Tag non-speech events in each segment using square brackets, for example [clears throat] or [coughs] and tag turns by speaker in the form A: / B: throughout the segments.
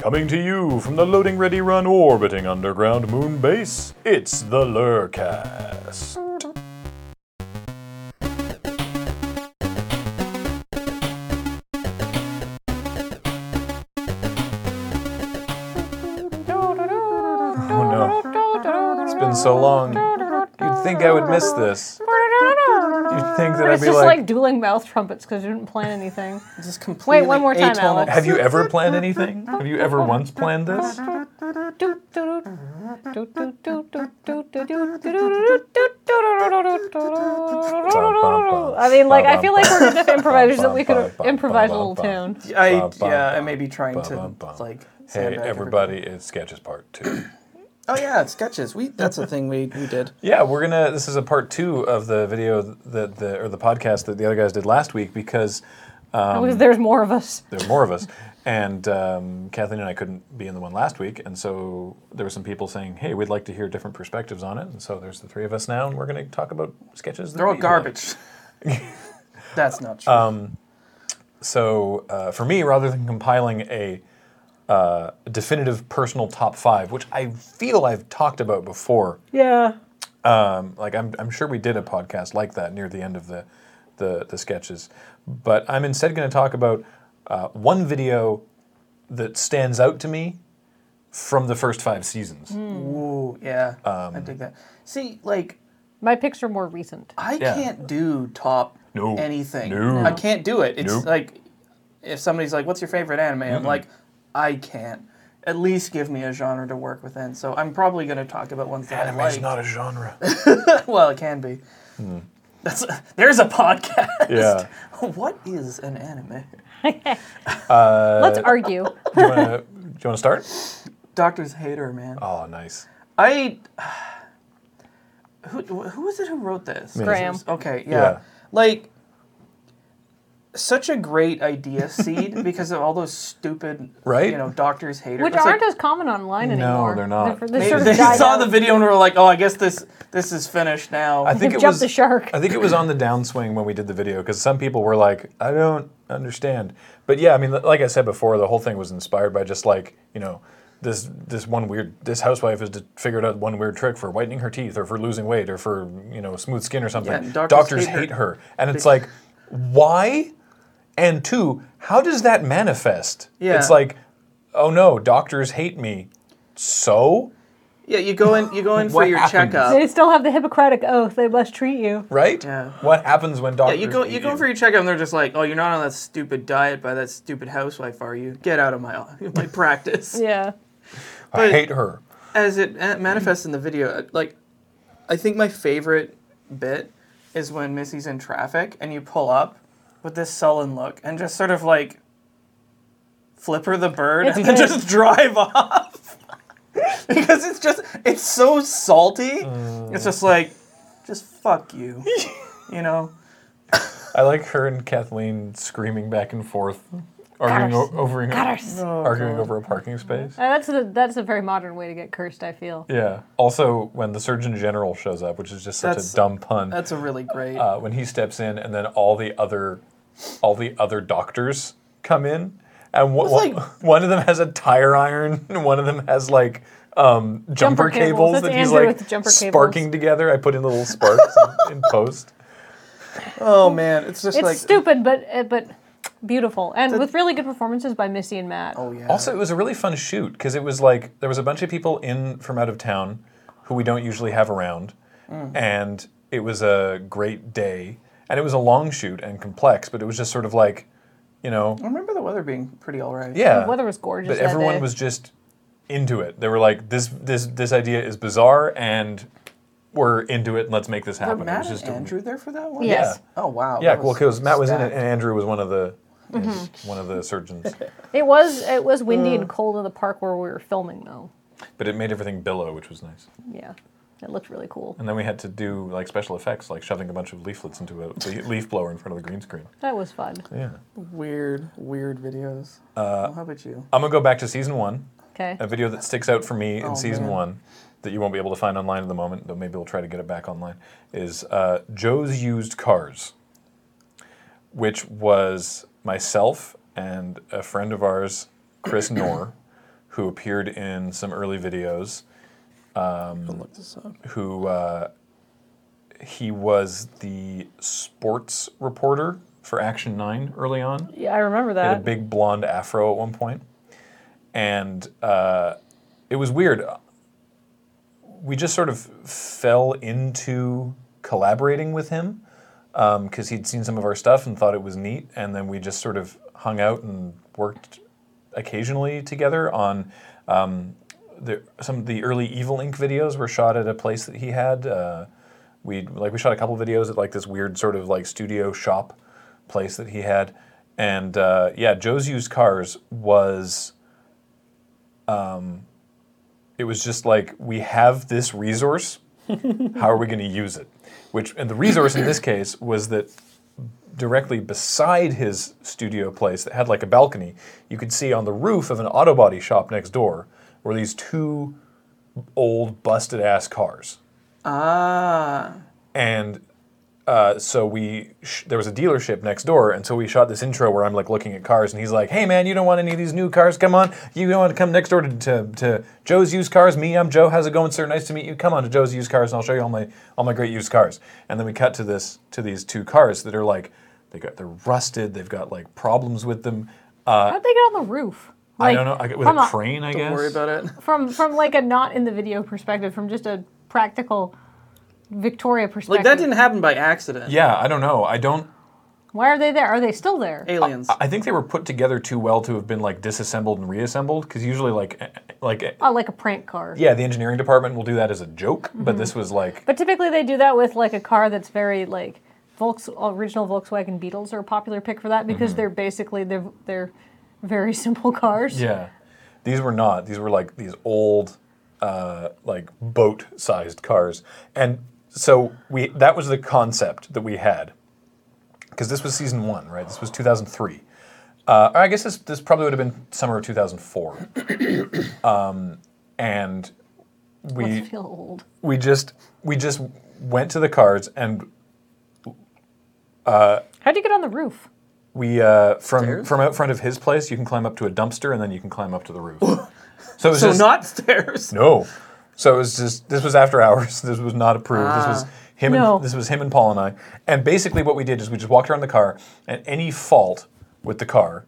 A: Coming to you from the loading ready run orbiting underground moon base, it's the Lurcast. Oh no. It's been so long. You'd think I would miss this. You'd think that I'd
B: It's
A: be
B: just like,
A: like,
B: dueling mouth trumpets because you didn't plan anything.
C: Just completely
B: one more time,
C: atonal.
B: Alex.
A: have you ever planned anything? Have you ever once planned this?
B: Do, do, do, do, do, do, do, do, do, do, do, do, do, do, do, do, do. I mean, like, I feel like we're enough improvisers that we could improvise a little tune.
C: I
A: Ba, ba,
C: yeah, I may be trying
A: bum,
C: to
A: bum.
C: like.
A: Hey,
C: sandbag
A: everybody, it's Sketches Part 2.
C: [laughs] Oh yeah, it's sketches. We that's a thing we
B: [laughs]
C: we did.
A: Yeah, we're gonna. This is a part two of the video that the or the podcast that the other guys did last week because
B: Because there's more of us.
A: there are more
C: [laughs]
A: of us, and um, Kathleen and I couldn't be in the one last week, and so there were some people saying, "Hey, we'd like to hear different perspectives on it," and so there's the three of us now, and we're gonna talk about sketches. That
C: They're all
A: we
C: garbage. [laughs] that's not true.
A: Um, like. So uh, for me, rather than compiling a uh, definitive personal top five, which I feel I've talked about before.
C: yeah.
A: um, like I'm, I'm sure we did a podcast like that near the end of the the, the sketches but i'm instead going to talk about uh, one video that stands out to me from the first five seasons
C: Ooh, yeah.
A: um,
C: I dig that. See, like
B: My picks are more recent.
C: I
A: Yeah.
C: can't do top
A: No.
C: anything.
A: No.
C: I can't do it. It's
A: Nope.
C: like if somebody's like, "What's your favorite anime?" I'm like, I can't. At least give me a genre to work within. So I'm probably going to talk about ones that
A: anime's
C: I like.
A: not Hmm. a genre
C: [laughs] well, it can be. That's there's a podcast. [laughs]
A: yeah
C: What is an anime?
B: Let's argue.
A: do you want to start
C: Doctor's Hater, man.
A: oh nice
C: I. [sighs] Who, who was it who wrote this?
B: Graham.
C: Okay, yeah.
A: Yeah.
C: Like, such a great
A: [laughs]
C: idea seed because of all those stupid,
A: Right?
C: you know, Doctor's Hater.
B: Which
C: It's like-
B: aren't as common online anymore.
A: they're not.
B: They,
C: They,
B: sort of
C: [laughs] they
B: died
C: saw
B: out.
C: the video and were like, "Oh, I guess this this is finished now."
A: i think it
B: They've jumped
A: was
B: the shark.
A: i think it was on the downswing when we did the video because some people were like i don't understand but yeah i mean like i said before the whole thing was inspired by just like you know this this one weird this housewife has d- figured out one weird trick for whitening her teeth or for losing weight or for you know smooth skin or something
C: Yeah, doctors hate her.
A: hate her and it's like why and two how does that manifest
C: Yeah.
A: it's like oh no doctors hate me so
C: yeah, you go in, you go
A: [laughs]
C: in for
A: What
C: your
A: happens?
C: checkup.
B: They still have the Hippocratic oath. They must treat you.
A: right
C: Yeah.
A: what happens when
C: Yeah,
A: doctors
C: you go,
A: hate
C: you go in for your checkup, and they're just like, "Oh, you're not on that stupid diet by that stupid housewife, are you? Get out of my [laughs] my practice."
B: Yeah.
A: i hate her
C: as it uh, manifests in the video, uh, like I think my favorite bit is when Missy's in traffic and you pull up with this sullen look and just sort of like flipper the bird
B: It's
C: and then
B: good.
C: just drive [laughs] off because it's just it's so salty. It's just like just fuck
B: [laughs]
C: you, you know.
A: I like her and Kathleen screaming back and forth, arguing
B: Curse.
A: o- over
B: Gutters.
C: Oh,
A: arguing over a parking space.
B: Uh, that's a that's a very modern way to get cursed. I feel.
A: Yeah. Also, when the Surgeon General shows up, which is just such
C: That's-
A: a dumb pun,
C: That's a really great.
A: uh, when he steps in, and then all the other, all the other doctors come in, and one-
C: It's like-
A: one- one of them has a tire iron, [laughs] and one of them has like. Um, jumper,
B: Jumper cables.
A: cables,
B: That's
A: that he's
B: Andrew
A: like
B: with jumper cables.
A: sparking together. I put in little sparks in, in post.
C: oh man, it's just
B: It's
C: like
B: stupid, but uh, but beautiful, and with really good performances by Missy and Matt.
C: oh yeah.
A: Also, it was a really fun shoot because it was like there was a bunch of people in from out of town who we don't usually have around, and it was a great day. And it was a long shoot and complex, but it was just sort of like, you know,
C: I remember the weather being pretty alright.
A: yeah.
B: The weather was gorgeous.
A: But
B: that
A: everyone
B: day.
A: was just into it. They were like, this, this, this idea is bizarre, and we're into it. And let's make this
C: Were
A: happen. It
C: Matt
A: was just
C: and
A: a,
C: Andrew there for that one?
B: Yes.
C: Oh wow.
A: yeah,
C: that
A: well, because Matt was in it,
C: stacked.
A: and Andrew was one of the is one of the surgeons.
B: It was it was windy and cold in the park where we were filming though.
A: but it made everything billow, which was nice.
B: Yeah. It looked really cool.
A: And then we had to do like special effects, like shoving a bunch of leaflets into a le- leaf blower in front of the green screen.
B: That was fun.
A: Yeah.
C: Weird, weird videos. Uh, how about you?
A: I'm gonna go back to season one,
B: Okay.
A: a video that sticks out for me in
C: Oh,
A: season
C: man.
A: one that you won't be able to find online at the moment, though maybe we'll try to get it back online. Is uh, Joe's used cars, which was myself and a friend of ours, Chris [coughs] Knorr, who appeared in some early videos.
D: I'll look this up.
A: Who uh, he was the sports reporter for Action Nine early on.
B: Yeah, I remember
A: He had a
B: that.
A: big blonde afro at one point, and uh, it was weird. We just sort of fell into collaborating with him because he'd seen some of our stuff and thought it was neat, and then we just sort of hung out and worked occasionally together on. Um, the, some of the early Evil Ink videos were shot at a place that he had. Uh, we like we shot a couple videos at like this weird sort of like studio shop place that he had, and uh, yeah, Joe's used cars was. Um, it was just like we have this resource. How are we going to use it? Which and the resource in this case was that directly beside his studio place that had like a balcony, you could see on the roof of an auto body shop next door were these two old busted ass cars.
C: Ah.
A: And uh, so we sh- there was a dealership next door, and so we shot this intro where I'm like looking at cars, and he's like, "Hey man, you don't want any of these new cars? Come on, you don't want to come next door to, to, to Joe's used cars. Me, I'm Joe. How's it going, sir? Nice to meet you. Come on to Joe's used cars, and I'll show you all my all my great used cars." And then we cut to this to these two cars that are like they got they're rusted, they've got like problems with them. Uh,
B: How'd they get on the roof?
A: I don't know I, with
B: from
A: a crane, I guess.
C: Don't worry about it.
B: From from like a not in the video perspective, from just a practical Victoria perspective.
C: Like, that didn't happen by accident.
A: Yeah, I don't know. I don't.
B: Why are they there? Are they still there?
C: Aliens.
A: I think they were put together too well to have been like disassembled and reassembled because usually like eh, eh, like eh,
B: Oh, like a prank car.
A: yeah, the engineering department will do that as a joke, but this was like
B: But typically they do that with like a car that's very like Volks original Volkswagen Beetles are a popular pick for that because they're basically they're they're very [laughs] simple cars.
A: yeah. These were not. These were like these old uh, like boat-sized cars. And so we that was the concept that we had. Cuz this was season 1, right? This was 2003. Uh, I guess this this probably would have been summer of 2004. um, and we
B: Must feel old.
A: we just we just went to the cars and
B: How'd you get on the roof?
A: we uh, from
C: Stairs?
A: from out front of his place you can climb up to a dumpster and then you can climb up to the
C: [laughs]
A: roof. so it was
C: So,
A: just,
C: not [laughs] stairs.
A: no. So it was just this was after hours. [laughs] This was not approved. This was
C: Ah.
A: him.
B: No.
A: And, this was him and Paul and I. And basically what we did is we just walked around the car and any fault with the car,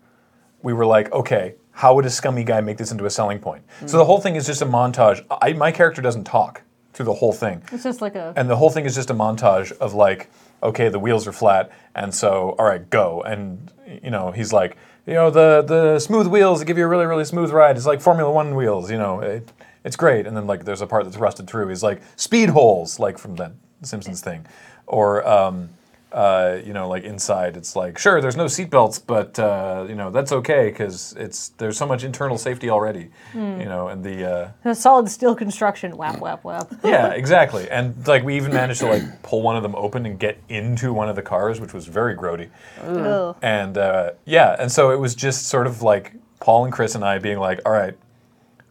A: we were like, okay. How would a scummy guy make this into a selling point? So the whole thing is just a montage. I, my character doesn't talk through the whole thing.
B: It's just like a
A: and the whole thing is just a montage of like okay the wheels are flat and so all right go and you know he's like you know the the smooth wheels that give you a really really smooth ride it's like formula 1 wheels you know it, it's great and then like there's a part that's rusted through he's like speed holes like from that simpsons thing or um uh, you know, like inside, it's like sure, there's no seatbelts, but uh, you know that's okay because it's there's so much internal safety already. You know, and the uh,
B: a solid steel construction. Whap whap whap.
A: yeah, exactly. And like we even managed to like pull one of them open and get into one of the cars, which was very grody.
B: Ugh.
A: And uh, yeah, and so it was just sort of like Paul and Chris and I being like, all right,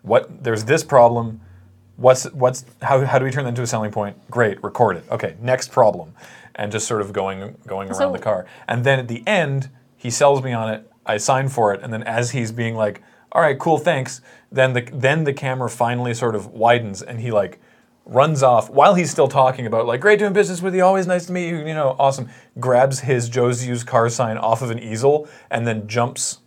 A: what there's this problem. What's what's how how do we turn that into a selling point? Great, record it. Okay, next problem, and just sort of going going around
B: So-
A: the car. And then at the end, he sells me on it. I sign for it, and then as he's being like, "All right, cool, thanks," then the then the camera finally sort of widens, and he like runs off while he's still talking about like, "Great doing business with you, always nice to meet you," you know, awesome. Grabs his Joe's used car sign off of an easel, and then jumps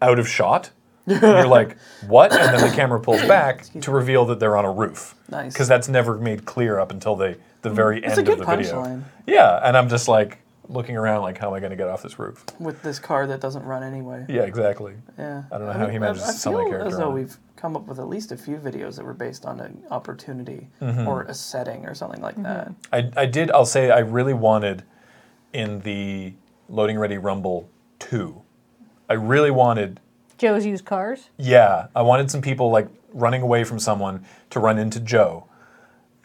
A: out of shot. And you're like, what? And then the camera pulls
C: [coughs]
A: back to reveal that they're on a roof.
C: Nice.
A: Because that's never made clear up until they the very
C: It's
A: end
C: a good
A: of the video.
C: punchline.
A: Yeah, and I'm just like looking around, like, how am I going to get off this roof?
C: With this car that doesn't run anyway.
A: Yeah, exactly.
C: Yeah.
A: I don't know how he manages to sell
C: feel
A: that character.
C: As though
A: on.
C: we've come up with at least a few videos that were based on an opportunity
A: Mm-hmm.
C: or a setting or something like that.
A: I, I did. I'll say I really wanted in the Loading Ready Rumble two. I really wanted
B: Joe's used cars.
A: Yeah, I wanted some people like running away from someone to run into Joe,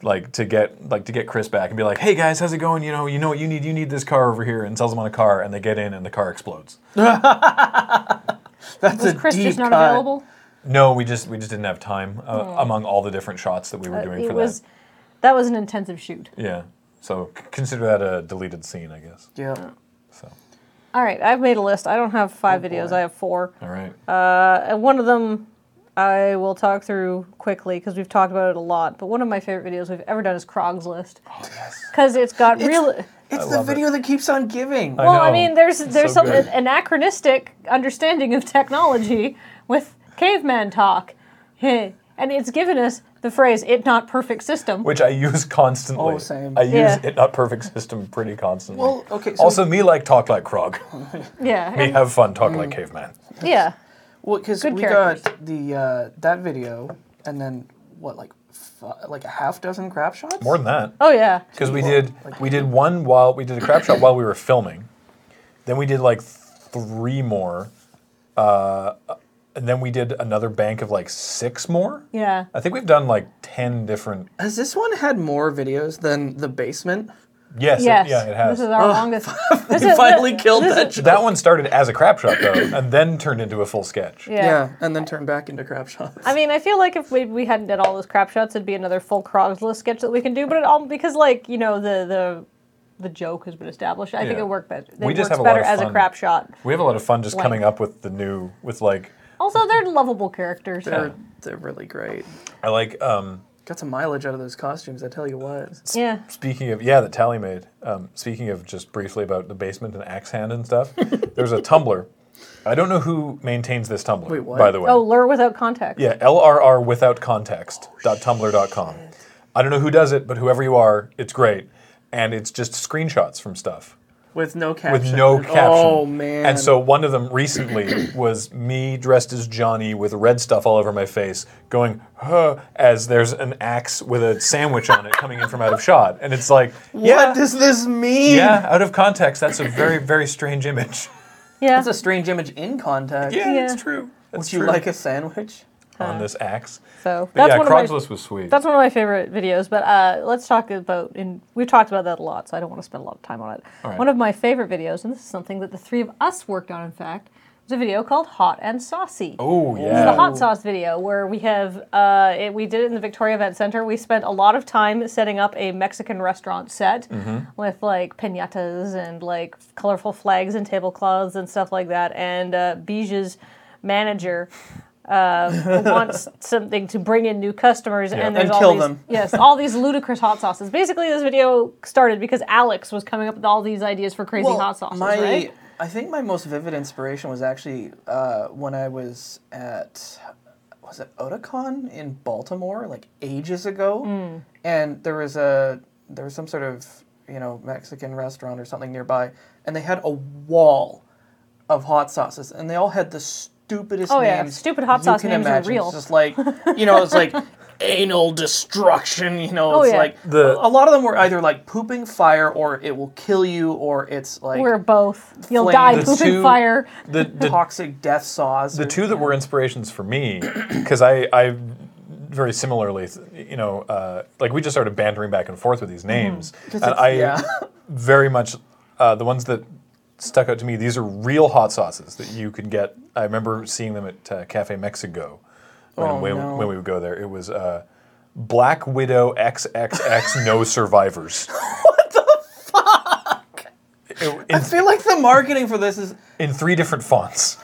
A: like to get like to get Chris back and be like, "Hey guys, how's it going? You know, you know what you need. You need this car over here." And sells them on a car, and they get in, and the car explodes.
C: That's
B: Was
C: a
B: Chris
C: deep
B: just not
C: cut.
B: available?
A: No, we just we just didn't have time uh, among all the different shots that we were doing
B: It
A: for
B: was
A: that.
B: that was an intensive shoot.
A: Yeah, so c- consider that a deleted scene, I guess.
C: Yeah.
A: So,
B: All right, I've made a list. I don't have five videos.
C: boy.
B: I have four.
A: all right,
B: Uh, and Uh, one of them I will talk through quickly because we've talked about it a lot. But one of my favorite videos we've ever done is Krog's List
A: Oh,
B: because it's got
C: It's-
B: real.
C: It's
A: I
C: the
A: love it.
C: video that keeps on giving.
A: I
B: Well, I
A: know.
B: mean, there's there's
A: so
B: some
A: good.
B: anachronistic understanding of technology with caveman talk, Heh. and it's given us the phrase "it not perfect system."
A: which I use constantly.
C: Oh, same.
A: I use
B: Yeah.
A: it not perfect system pretty constantly.
C: Well, okay, so-
A: also, me like talk like Krog. [laughs]
B: yeah,
A: Me
B: and-
A: have fun talk like
C: Mm.
A: caveman.
B: yeah,
C: Well, because
B: Good
C: we got the uh, that video, and then what, like, f- like a half dozen grab shots.
A: More than that,
B: oh yeah,
A: because we did we did one while we did a crap shot while we were filming. Then we did like three more, uh, and then we did another bank of like six more.
B: yeah.
A: I think we've done like ten different.
C: Has this one had more videos than the basement?
A: Yes, it-
B: Yes,
A: yeah, it has.
B: this is
A: [laughs]
B: our longest. this
C: They
B: is-
C: finally
B: this-
C: killed
B: this
C: that.
B: is-
C: joke.
A: that one started as a crap shot though, and then turned into a full sketch.
B: Yeah.
C: yeah. and then turned back into crab shots.
B: I mean, I feel like if we, we hadn't done all those crap shots, it'd be another full Craigslist sketch that we can do. But it all because like you know the the the joke has been established. I think
A: Yeah.
B: it worked better. It
A: We just
B: works
A: have a lot
B: better
A: of
B: as a
A: fun.
B: crap shot.
A: We have a lot of fun just
B: Like-
A: coming up with the new with like
B: Also, they're lovable characters.
C: they're they're really great.
A: I like um
C: Got some mileage out of those costumes. I tell you what.
B: Yeah.
A: Speaking of yeah, that Tally made. Um, speaking of just briefly about the basement and axe hand and
B: [laughs]
A: stuff, there's a Tumblr. I don't know who maintains this Tumblr.
C: Wait, what?
A: By the way,
B: Oh, lure without context.
A: yeah, LRR without context. dot tumblr dot com. I don't know who does it, but whoever you are, it's great, and it's just screenshots from stuff
C: With no caption.
A: with no caption.
C: Oh man.
A: And so one of them recently [coughs] was me dressed as Johnny with red stuff all over my face, going huh, as there's an axe with a sandwich on it coming in from out of shot, and it's like, yeah,
C: what does this mean?
A: yeah, out of context, that's a very, very strange [laughs] image.
B: Yeah.
C: That's a strange image in context.
B: Yeah.
A: true.
C: Would
A: That's
C: you
A: true.
C: like a sandwich?
A: on this axe?
B: so
A: But
B: that's
A: yeah,
B: one of my
A: Craigslist was sweet.
B: that's one of my favorite videos. But uh, let's talk about and we've talked about that a lot, so I don't want to spend a lot of time on it.
A: All right.
B: One of my favorite videos, and this is something that the three of us worked on. In fact, was a video called "Hot and Saucy."
A: oh
B: This is
A: yeah.
B: the hot sauce video where we have uh, it, we did it in the Victoria Event Center. We spent a lot of time setting up a Mexican restaurant set
C: Mm-hmm.
B: with like piñatas and like colorful flags and tablecloths and stuff like that. And uh, Bija's manager
C: [laughs]
B: uh, wants something to bring in new customers
A: Yeah.
B: and there's
C: And
B: all
C: kill
B: these
C: them.
B: [laughs] yes all these ludicrous hot sauces. Basically, this video started because Alex was coming up with all these ideas for crazy
C: Well,
B: hot sauces,
C: my,
B: right?
C: I think my most vivid inspiration was actually uh, when I was at was it Otakon in Baltimore like ages ago,
B: Hmm.
C: and there was a there was some sort of you know Mexican restaurant or something nearby, and they had a wall of hot sauces, and they all had the stupidest
B: Oh, yeah,
C: names.
B: stupid hot
C: you
B: sauce
C: can
B: names are
C: imagine. It's
B: real.
C: just like you know,
B: [laughs]
C: it's like. Anal destruction, you know,
B: Oh,
C: it's
B: yeah.
C: like
A: The-
C: a lot of them were either like pooping fire or it will kill you or it's like
B: We're both. You'll
C: flame-
B: die
C: the
B: pooping
A: two-
B: fire.
A: The, the,
C: toxic death saws.
A: the two that were inspirations for me, [clears throat] because I, I very similarly, you know, uh, like we just started bantering back and forth with these names, and I
C: Mm-hmm. yeah.
A: [laughs] very much uh, the ones that stuck out to me. These are real hot sauces that you could get. I remember seeing them at uh, Cafe Mexico when,
C: Oh,
A: when,
C: no.
A: when we would go there. It was uh, Black Widow
C: [laughs]
A: XXX No Survivors. What the fuck?
C: I feel like the marketing for this is
A: in, in three different fonts.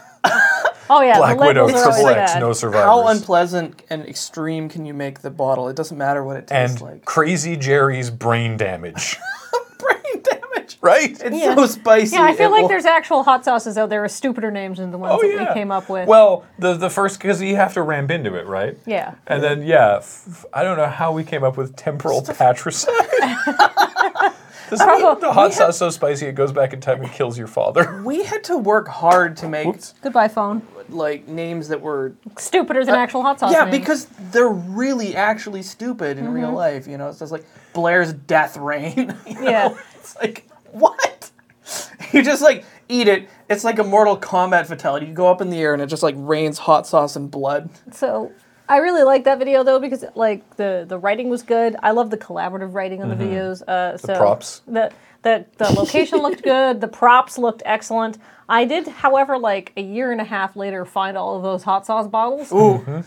B: Oh yeah,
A: Black
B: the
A: Widow
B: labels are
A: Triple
B: always
A: X
B: bad.
A: No
C: how
A: Survivors.
C: unpleasant and extreme can you make the bottle? It doesn't matter what it tastes
A: and
C: like. [laughs]
A: Crazy Jerry's Brain Damage. [laughs]
C: Brain damage.
A: right?
C: It's
B: Yeah.
C: so spicy.
B: Yeah, I feel
C: it
B: like
C: will-
B: there's actual hot sauces out there with stupider names than the
C: Oh,
B: ones that we came up with.
A: Oh, Well, the the first because you have to ramp into it, right?
B: yeah.
A: And then yeah, f- f- I don't know how we came up with temporal
B: [laughs]
A: patricide. This-
B: Bravo.
A: the hot sauce so spicy it goes back in time and kills your father. [laughs]
C: We had to work hard to make
A: Whoops.
B: Goodbye phone.
C: like names that were
B: Stupider than actual hot sauce.
C: uh, yeah,
B: names. Mm-hmm.
C: because they're really actually stupid in real life. You know, it's just like Blair's death
B: [laughs]
C: rain. you know? [laughs]
B: Yeah.
C: it's like what? [laughs] You just like eat it. It's like a Mortal Kombat fatality. You go up in the air and it just like rains hot sauce and blood.
B: so I really like that video though because like the the writing was good. I love the collaborative writing on the videos. Uh, so
A: props.
B: The that the location looked good, the props looked excellent. I did, however, like a year and a half later, find all of those hot sauce bottles,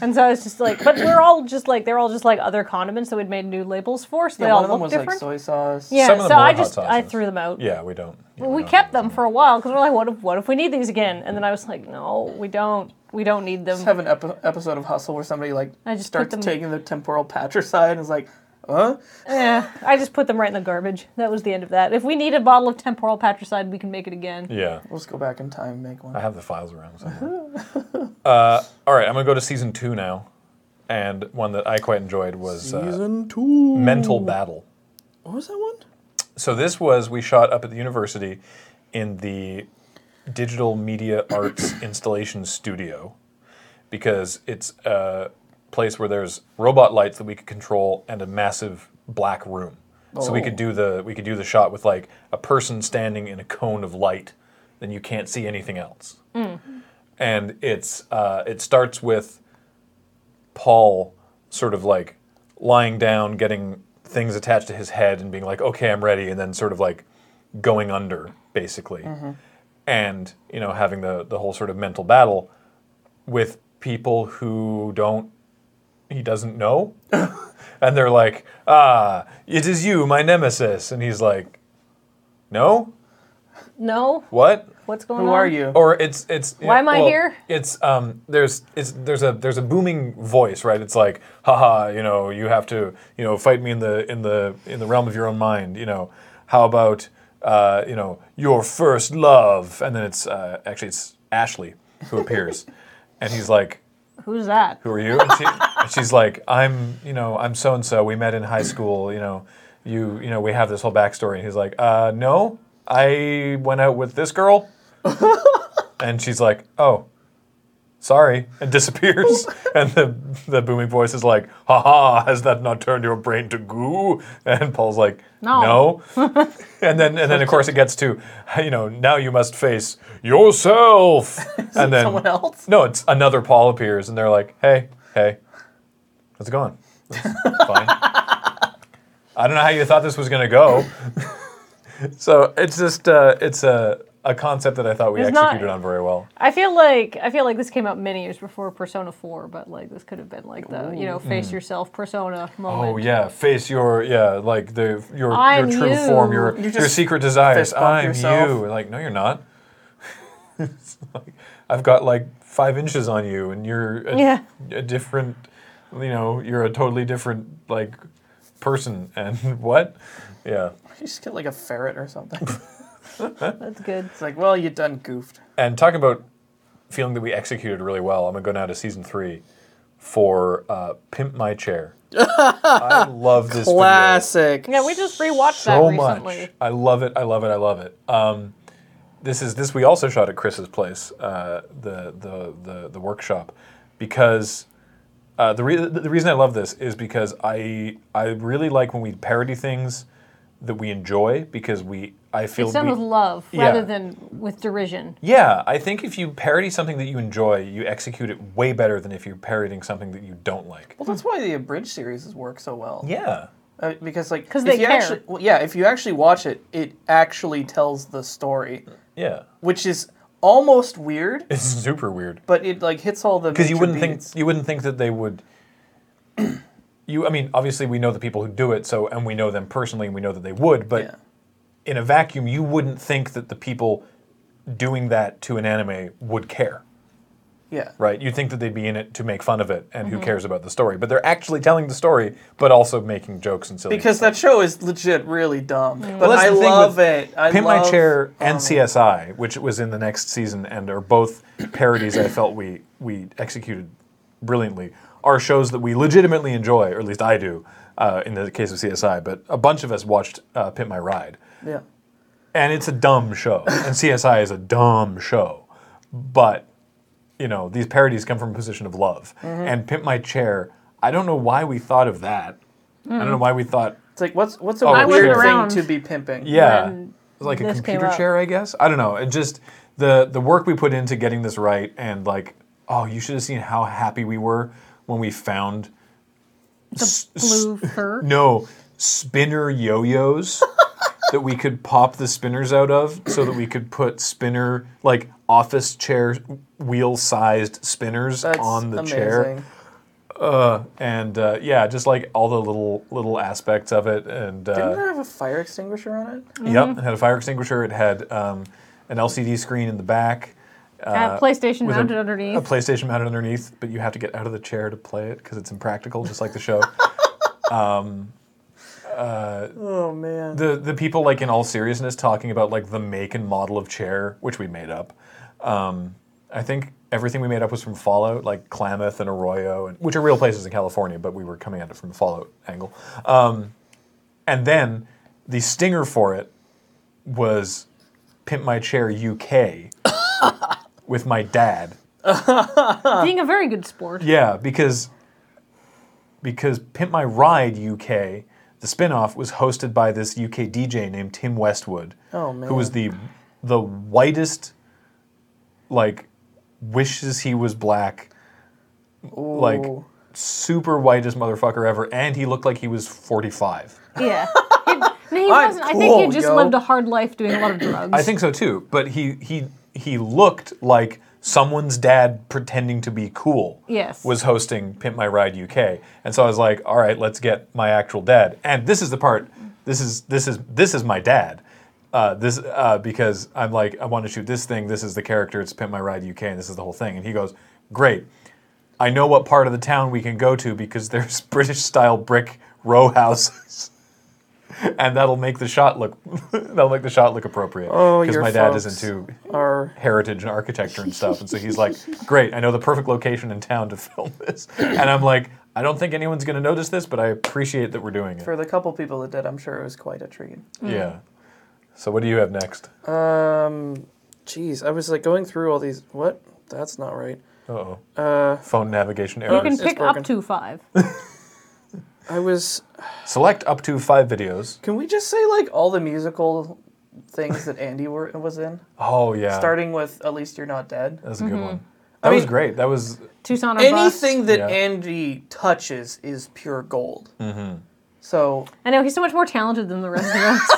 B: and so I was just like, but we're all just like they're all just like other condiments that we'd made new labels for, so they
C: Yeah,
B: all
C: one of them
B: look
C: was
B: different.
C: like soy sauce.
B: yeah,
A: Some of them
B: so
A: were
B: I
A: hot
B: just I
A: sauces.
B: threw them out.
A: Yeah, we don't. yeah,
B: We
A: don't
B: kept
A: have
B: them for a while because we're like, what if what if we need these again? And then I was like, no, we don't. We don't need them.
C: Just have an epi- episode of Hustle where somebody like
B: I just put
C: starts
B: them-
C: taking the temporal patricide and is like, huh?
B: Yeah, Eh, I just put them right in the garbage. That was the end of that. If we need a bottle of temporal patricide, we can make it again.
A: Yeah,
C: Let's go back in time and make one.
A: I have the files around somewhere. [laughs] uh, all right, I'm gonna go to season two now, and one that I quite enjoyed was uh,
D: Season two.
A: Mental Battle.
D: What was that one?
A: So this was we shot up at the university in the digital media arts [coughs] installation studio because it's a place where there's robot lights that we could control and a massive black room. So we could do the we could do the shot with like a person standing in a cone of light, then you can't see anything else. And it's uh, it starts with Paul sort of like lying down, getting things attached to his head, and being like, "Okay, I'm ready," and then sort of like going under, basically, and you know having the the whole sort of mental battle with people who don't he doesn't know, and they're like, "Ah, it is you, my nemesis," and he's like, "No,
B: No,
A: what?"
B: what's going on?
C: Who are you?
A: Or it's it's
B: Why am I here?
A: It's um there's it's there's a there's a booming voice, right? It's like, haha, you know, you have to, you know, fight me in the in the in the realm of your own mind, you know. How about uh, you know, your first love? And then it's uh, actually it's Ashley who appears. and he's like,
B: Who's that?
A: who are you? And, she, and she's like, I'm, you know, I'm so and so. We met in high school. You know, you, you know, we have this whole backstory. And he's like, uh, no, I went out with this girl. and she's like, oh, sorry, and disappears. and the the booming voice is like, ha ha, has that not turned your brain to goo? And Paul's like,
B: No.
A: no. and then and then of course it gets to, you know, now you must face yourself. and then
C: Someone else? [laughs]
A: no, it's another Paul appears, and they're like, "Hey, hey, how's it
B: [laughs]
A: going?" It's Fine. I don't know how you thought this was gonna
B: [laughs]
A: go. so it's just uh, it's a a concept that I thought we
B: It's not-
A: executed on very well.
B: I feel like I feel like this came out many years before Persona 4, but like this could have been like the you know face yourself Persona moment.
A: Mm. Oh yeah, face your yeah like the your
B: I'm
A: your true
B: you.
A: form, your
B: You
A: your
C: just
A: secret desires.
C: fist bump
A: I'm
C: yourself.
A: you. Like no, you're not. [laughs] It's like, I've got like five inches on you, and you're a,
B: Yeah.
A: a different. You know, you're a totally different like person. [laughs] And what? Yeah.
C: You just get like a ferret
A: [laughs]
C: or something. it's
B: That's good.
C: like, well, you done goofed.
A: And talking about feeling that we executed really well, I'm gonna go now to season three for uh, "Pimp My
C: [laughs]
A: Chair." I love this video.
C: Classic.
B: Yeah, we just rewatched
A: so
B: that recently.
A: much. I love it. I love it. I love it. Um, this is this we also shot at Chris's place, uh, the, the the the workshop, because uh, the re- the reason I love this is because I I really like when we parody things that we enjoy because we I feel
B: It's done
A: we-
B: with love
A: Yeah.
B: rather than with derision.
A: yeah, I think if you parody something that you enjoy, you execute it way better than if you're parodying something that you don't like.
C: Well, that's why the abridged series has worked so well.
A: Yeah.
C: Uh, because like,
B: 'Cause
C: if
B: they
C: you
B: care.
C: Actually, well, yeah, if you actually watch it, it actually tells the story,
A: Yeah.
C: which is almost weird,
A: It's super weird.
C: but it like hits all the
A: because you
C: major
A: wouldn't think
C: beats.
A: you wouldn't think that they would. [clears throat] you, I mean, obviously we know the people who do it, so and we know them personally, and we know that they would. But
C: Yeah.
A: in a vacuum, you wouldn't think that the people doing that to an anime would care,
C: yeah.
A: right? You'd think that they'd be in it to make fun of it,
C: Mm-hmm.
A: and who cares about the story? But they're actually telling the story, but also making jokes and silly.
C: Because that show is legit really dumb. But
B: Mm.
A: Well, that's
C: I
A: the thing with
C: love it. I
A: Pin
C: love,
A: My Chair and
C: um,
A: CSI, which was in the next season, and are both parodies I felt we we executed brilliantly, are shows that we legitimately enjoy, or at least I do, uh, in the case of CSI. But a bunch of us watched uh, Pimp My Ride,
C: Yeah.
A: and it's a dumb show, and CSI is a dumb show, but you know these parodies come from a position of love,
C: Mm-hmm.
A: and Pimp My Chair. I don't know why we thought of that. I don't know why we thought
C: It's like what's what's a
A: I wasn't
C: weird
B: around.
C: thing to be pimping?
A: Oh, yeah.
B: when
A: It was like a
B: this came
A: computer
B: up.
A: chair, I guess. I don't know. It just the the work we put into getting this right and like oh, you should have seen how happy we were when we found
B: The blue
A: [laughs]
B: fur.
A: no spinner yo-yos that we could pop the spinners out of so that we could put spinner, like office chair wheel sized spinners
C: That's
A: on the
C: amazing.
A: chair. And uh, yeah, just like all the little little aspects of it. And uh,
C: Didn't it have a fire extinguisher on it?
A: Yep, it had a fire extinguisher. It had um, an LCD screen in the back.
B: At PlayStation
A: with a-
B: mounted
A: A
B: underneath.
A: PlayStation mounted underneath, but you have to get out of the chair to play it because it's impractical, just like the
B: [laughs]
A: show.
C: Oh man.
A: the the people, like in all seriousness, talking about like the make and model of chair, which we made up. Um, I think everything we made up was from Fallout, like Klamath and Arroyo, and, which are real places in California, but we were coming at it from a Fallout angle. Um, and then the stinger for it was "Pimp My Chair
B: [laughs]
A: UK" with my dad.
B: Being a very good sport.
A: Yeah, because because Pimp My Ride UK, the spin-off was hosted by this UK DJ named Tim Westwood,
C: Oh man.
A: who was the the whitest like wishes he was black like
C: Ooh.
A: super whitest motherfucker ever and he looked like he was 45.
B: [laughs] Yeah. He- no, he
C: I'm
B: wasn't. I think he
C: cool,
B: just
C: yo.
B: lived a hard life doing a lot of drugs.
A: I think so too, but he he he looked like someone's dad pretending to be cool.
B: Yes.
A: Was hosting Pimp My Ride UK. And so I was like, all right, let's get my actual dad. And this is the part this is this is this is my dad. Uh, this uh, because I'm like I want to shoot this thing. This is the character. It's Pimp My Ride UK, and this is the whole thing. And he goes, "Great, I know what part of the town we can go to because there's [laughs] British style brick row houses. and that'll make the shot look [laughs] that'll make the shot look appropriate.
C: Oh,
A: Because
C: your
A: my dad
C: folks
A: is into
C: Or
A: heritage and architecture and stuff. And so he's like, Great, I know the perfect location in town to [laughs] film this. And I'm like, I don't think anyone's gonna notice this, but I appreciate that we're doing it.
C: for the couple people that did, I'm sure it was quite a treat.
A: Yeah. So what do you have next?
C: Um, jeez, I was like going through all these. What? That's not right.
A: Uh oh.
C: Uh,
A: Phone navigation
B: you
A: errors.
B: can
C: it's
B: pick
C: broken.
B: up to five.
C: I was.
A: Select up to five videos.
C: Can we just say like all the musical things that Andy were,
A: [laughs]
C: was in,
A: Oh yeah.
C: starting with "At Least You're Not Dead"?
A: That was a good one. That was
C: Mm-hmm. mean-
A: great. That was
B: [laughs] Tucson or bust.
C: Anything that
A: Yeah.
C: Andy touches is pure gold. Mm-hmm. So
B: I know he's so much more talented than the rest of us.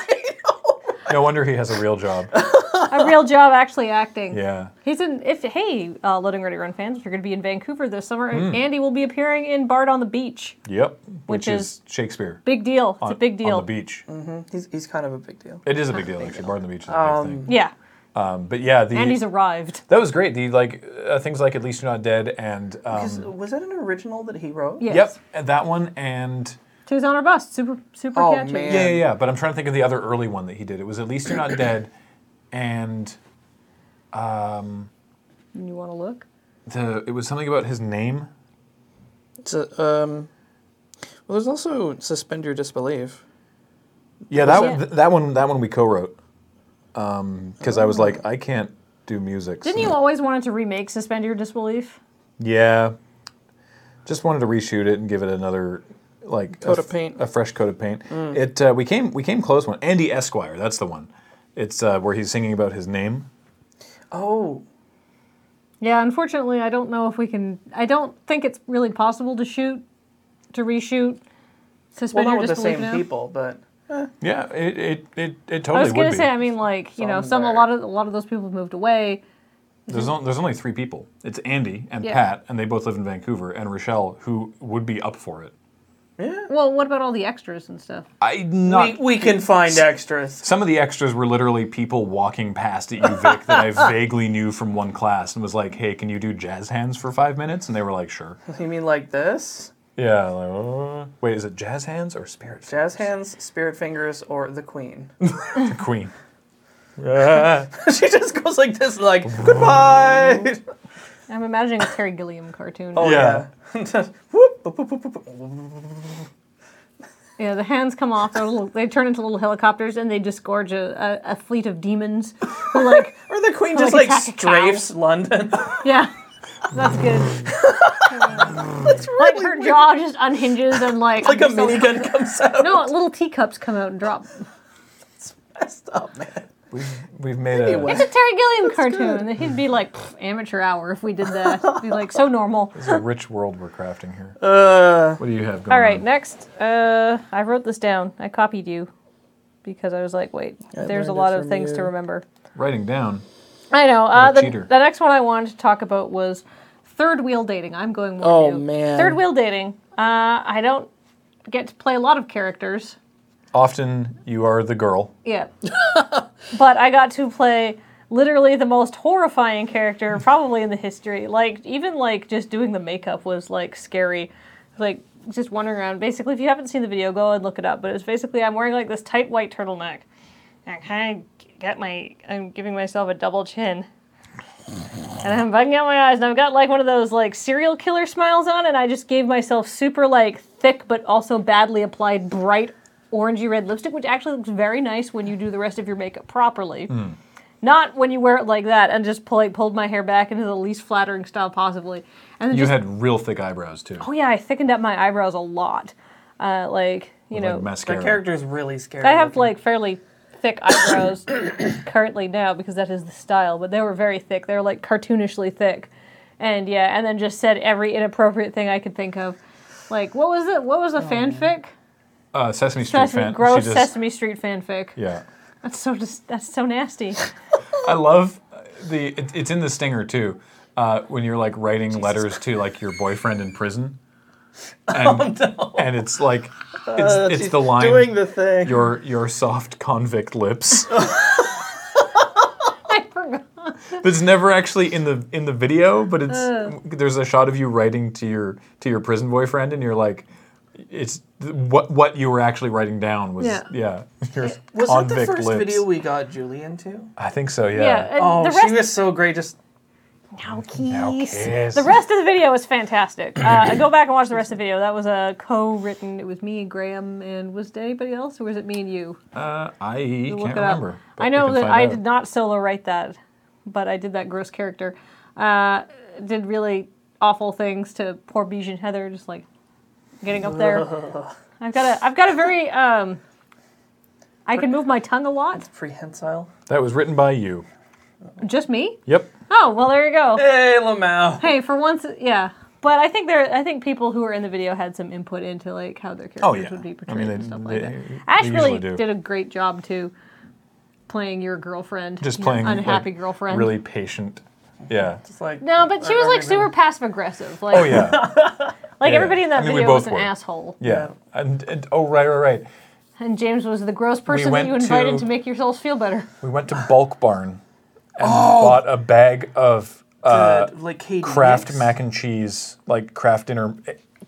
B: [laughs]
A: no wonder he has a real job.
B: a real job actually acting.
A: Yeah.
B: He's in. If hey, uh, Loading Ready Run fans, if you're going to be in Vancouver this summer, uh,
C: Hmm.
B: Andy will be appearing in Bard on the Beach.
A: Yep.
B: Which
A: Which,
B: is
A: is, Shakespeare.
B: Big deal. It's
A: on,
B: a big
A: On
B: deal. Mm.
A: the beach.
C: he's he's kind of a big deal.
A: It is a big deal, actually. Bar on the beach is a big thing.
B: Yeah,
A: Um, but yeah, the
B: Andy's arrived.
A: that was great. The like uh, things like "At least you're not dead" and um,
C: 'Cause was that an original that he wrote?
B: Yes.
A: yep, and that one and
B: Tucson or bust. Super super
C: Oh,
B: catchy.
C: man.
A: yeah, yeah, yeah. But I'm trying to think of the other early one that he did. It was "At least you're not dead," and
B: You want to look?
A: the it was something about his name.
C: It's a, um, well, there's also "Suspend Your Disbelief."
A: Yeah, that
B: Yeah.
A: th- that one that one we co-wrote because I was like, I can't do music.
B: Oh. Didn't
A: so-
B: you always wanted to remake Suspend Your Disbelief?
A: Yeah. Just wanted to reshoot it and give it another like
C: Coat
A: a,
C: of paint.
A: a fresh coat of paint.
B: Mm.
A: It uh, we came we came close one. Andy Esquire, that's the one. It's uh, where he's singing about his name.
C: Oh,
B: Yeah, unfortunately, I don't know if we can. I don't think it's really possible to shoot, to reshoot.
C: well,
B: Suspend
C: not
B: your
C: with the
B: disbelief
C: same
B: now.
C: people, but
A: Yeah, it it it, it totally
B: I was
A: would
B: gonna
A: be.
B: say, I mean, like you know, some a
C: Somewhere.
B: lot of a lot of those people have moved away.
A: there's on, there's only three people. It's Andy and
B: Yeah.
A: Pat, and they both live in Vancouver, and Rochelle, who would be up for it.
C: yeah,
B: Well, what about all the extras and stuff?
A: I not.
C: we,
A: [laughs]
C: we can find extras.
A: some of the extras were literally people walking past at UVic that I
B: [laughs]
A: vaguely knew from one class and was like, "Hey, can you do jazz hands for five minutes?" And they were like, "Sure."
C: You mean like this?
A: Yeah. Like, uh, wait, is it jazz hands or spirit? Fingers?
C: Jazz hands, spirit fingers, or the queen? [laughs]
A: The Queen.
C: she just goes like this,
A: [laughs]
C: like goodbye.
B: I'm imagining a Terry Gilliam cartoon.
C: Oh yeah. [laughs]
A: Yeah.
C: Whoop, boop, boop, boop, boop, boop.
B: Yeah, the hands come off. They're little, they turn into little helicopters, and they disgorge a, a, a fleet of demons. Who like, [laughs]
C: Or the queen just
B: like
C: like,
B: attack a cow.
C: strafes [laughs] London.
B: yeah, that's
C: [laughs]
B: good. like her jaw just unhinges and like
C: like
B: [laughs]
C: a
B: I'm so-
C: minigun comes out.
B: No, little teacups come out and drop.
C: [laughs] Stop, man.
A: We've, we've made
C: Anyway.
B: It's a Terry Gilliam cartoon. and He'd be like, "Pff, amateur hour if we did that. It'd be like, so normal.
A: a, it's a rich world we're crafting here.
C: Uh,
A: What do you have going
B: All right,
A: on?
B: next. Uh, I wrote this down. I copied you because I was like, wait,
D: I learned
B: there's a
D: it
B: lot of
D: from
B: things to
D: you.
B: remember.
A: Writing down.
B: I know. Uh,
A: a
B: the,
A: cheater.
B: the next one I wanted to talk about was third wheel dating. I'm going. More
D: Oh,
B: new.
D: man.
B: Third wheel dating. Uh, I don't get to play a lot of characters.
A: Often you are the girl.
B: Yeah. but I got to play literally the most horrifying character probably in the history. Like even like just doing the makeup was like scary. Like just wandering around. Basically, if you haven't seen the video, go and look it up. But it's basically I'm wearing like this tight white turtleneck. And I kind of got my I'm giving myself a double chin. And I'm bugging out my eyes, and I've got like one of those like serial killer smiles on, and I just gave myself super like thick but also badly applied bright orangey red lipstick, which actually looks very nice when you do the rest of your makeup properly. Not when you wear it like that and just pull, like, pulled my hair back into the least flattering style possibly. And then
A: You
B: just,
A: had real thick eyebrows too.
B: oh yeah, I thickened up my eyebrows a lot. Uh, like, you know,
A: like mascara.
C: That character is really scary.
B: I have
C: looking.
B: like fairly thick eyebrows [coughs] currently now because that is the style, but they were very thick. They were like cartoonishly thick. And yeah, and then just said every inappropriate thing I could think of. Like, what was it? What was
C: Oh,
B: a fanfic?
A: Uh, Sesame Street
B: Sesame,
A: fan.
B: gross
A: she just,
B: Sesame Street fanfic.
A: Yeah.
B: That's so dis- that's so nasty. [laughs]
A: I love the. It, it's in the stinger too. Uh, when you're like writing letters to like your boyfriend in prison, and and it's like it's, it's
C: Uh,
D: She's
A: the line
D: Doing the thing.
A: your your soft convict lips.
B: I forgot.
A: That's never actually in the in the video, but it's there's a shot of you writing to your to your prison boyfriend, and you're like, it's what what you were actually writing down was
B: Yeah.
A: yeah. [laughs] your
C: Was that the
A: convict
C: first
A: lips.
C: video we got Julie into?
A: I think so.
B: Yeah,
A: Yeah.
B: and
C: Oh,
B: the rest
C: she was so great. Just
B: now kiss.
A: kiss.
B: The rest of the video
A: [clears throat]
B: is fantastic. Uh, go back and watch the rest of the video. That was a co-written. It was me, Graham, and was it anybody else, or was it me and you?
A: Uh, I
B: to
A: can't
B: look it up.
A: remember. but
B: I
A: we
B: know
A: can
B: that
A: find
B: I
A: out.
B: did not solo write that, but I did that gross character. Uh, did really awful things to poor Bijan Heather, just like getting
A: [laughs]
B: up there. I've got a I've got a very um, I can move my tongue a lot.
C: prehensile.
A: That was written by you.
B: Just me?
A: Yep.
B: Oh well, there you go.
C: Hey, Lamau.
B: Hey, for once, yeah. But I think there I think people who were in the video had some input into like how their characters
A: Oh yeah.
B: would be
A: I
B: portrayed
A: mean, they,
B: and stuff
A: they,
B: like that.
A: they
B: Ash
A: usually
B: really
A: do.
B: did a great job too, playing your girlfriend,
A: just
B: your
A: playing like,
B: unhappy girlfriend.
A: Really patient.
B: [laughs]
A: Yeah.
C: It's like
B: No, but she
C: I-
B: was
C: I
B: like super
C: remember.
B: passive aggressive. Like,
A: Oh
B: [laughs]
A: yeah.
B: like
A: yeah.
B: everybody in that
A: I mean, we
B: video
A: both
B: was an
A: were.
B: asshole,
A: Yeah. And, and oh right right right.
B: and James was the gross person that
A: went
B: you invited to,
A: to-
B: make yourselves feel better.
A: We went to Bulk Barn and
B: Oh!
A: bought a bag of uh,
C: Good, like Katie
A: Kraft
C: Hicks.
A: mac and cheese, like Kraft dinner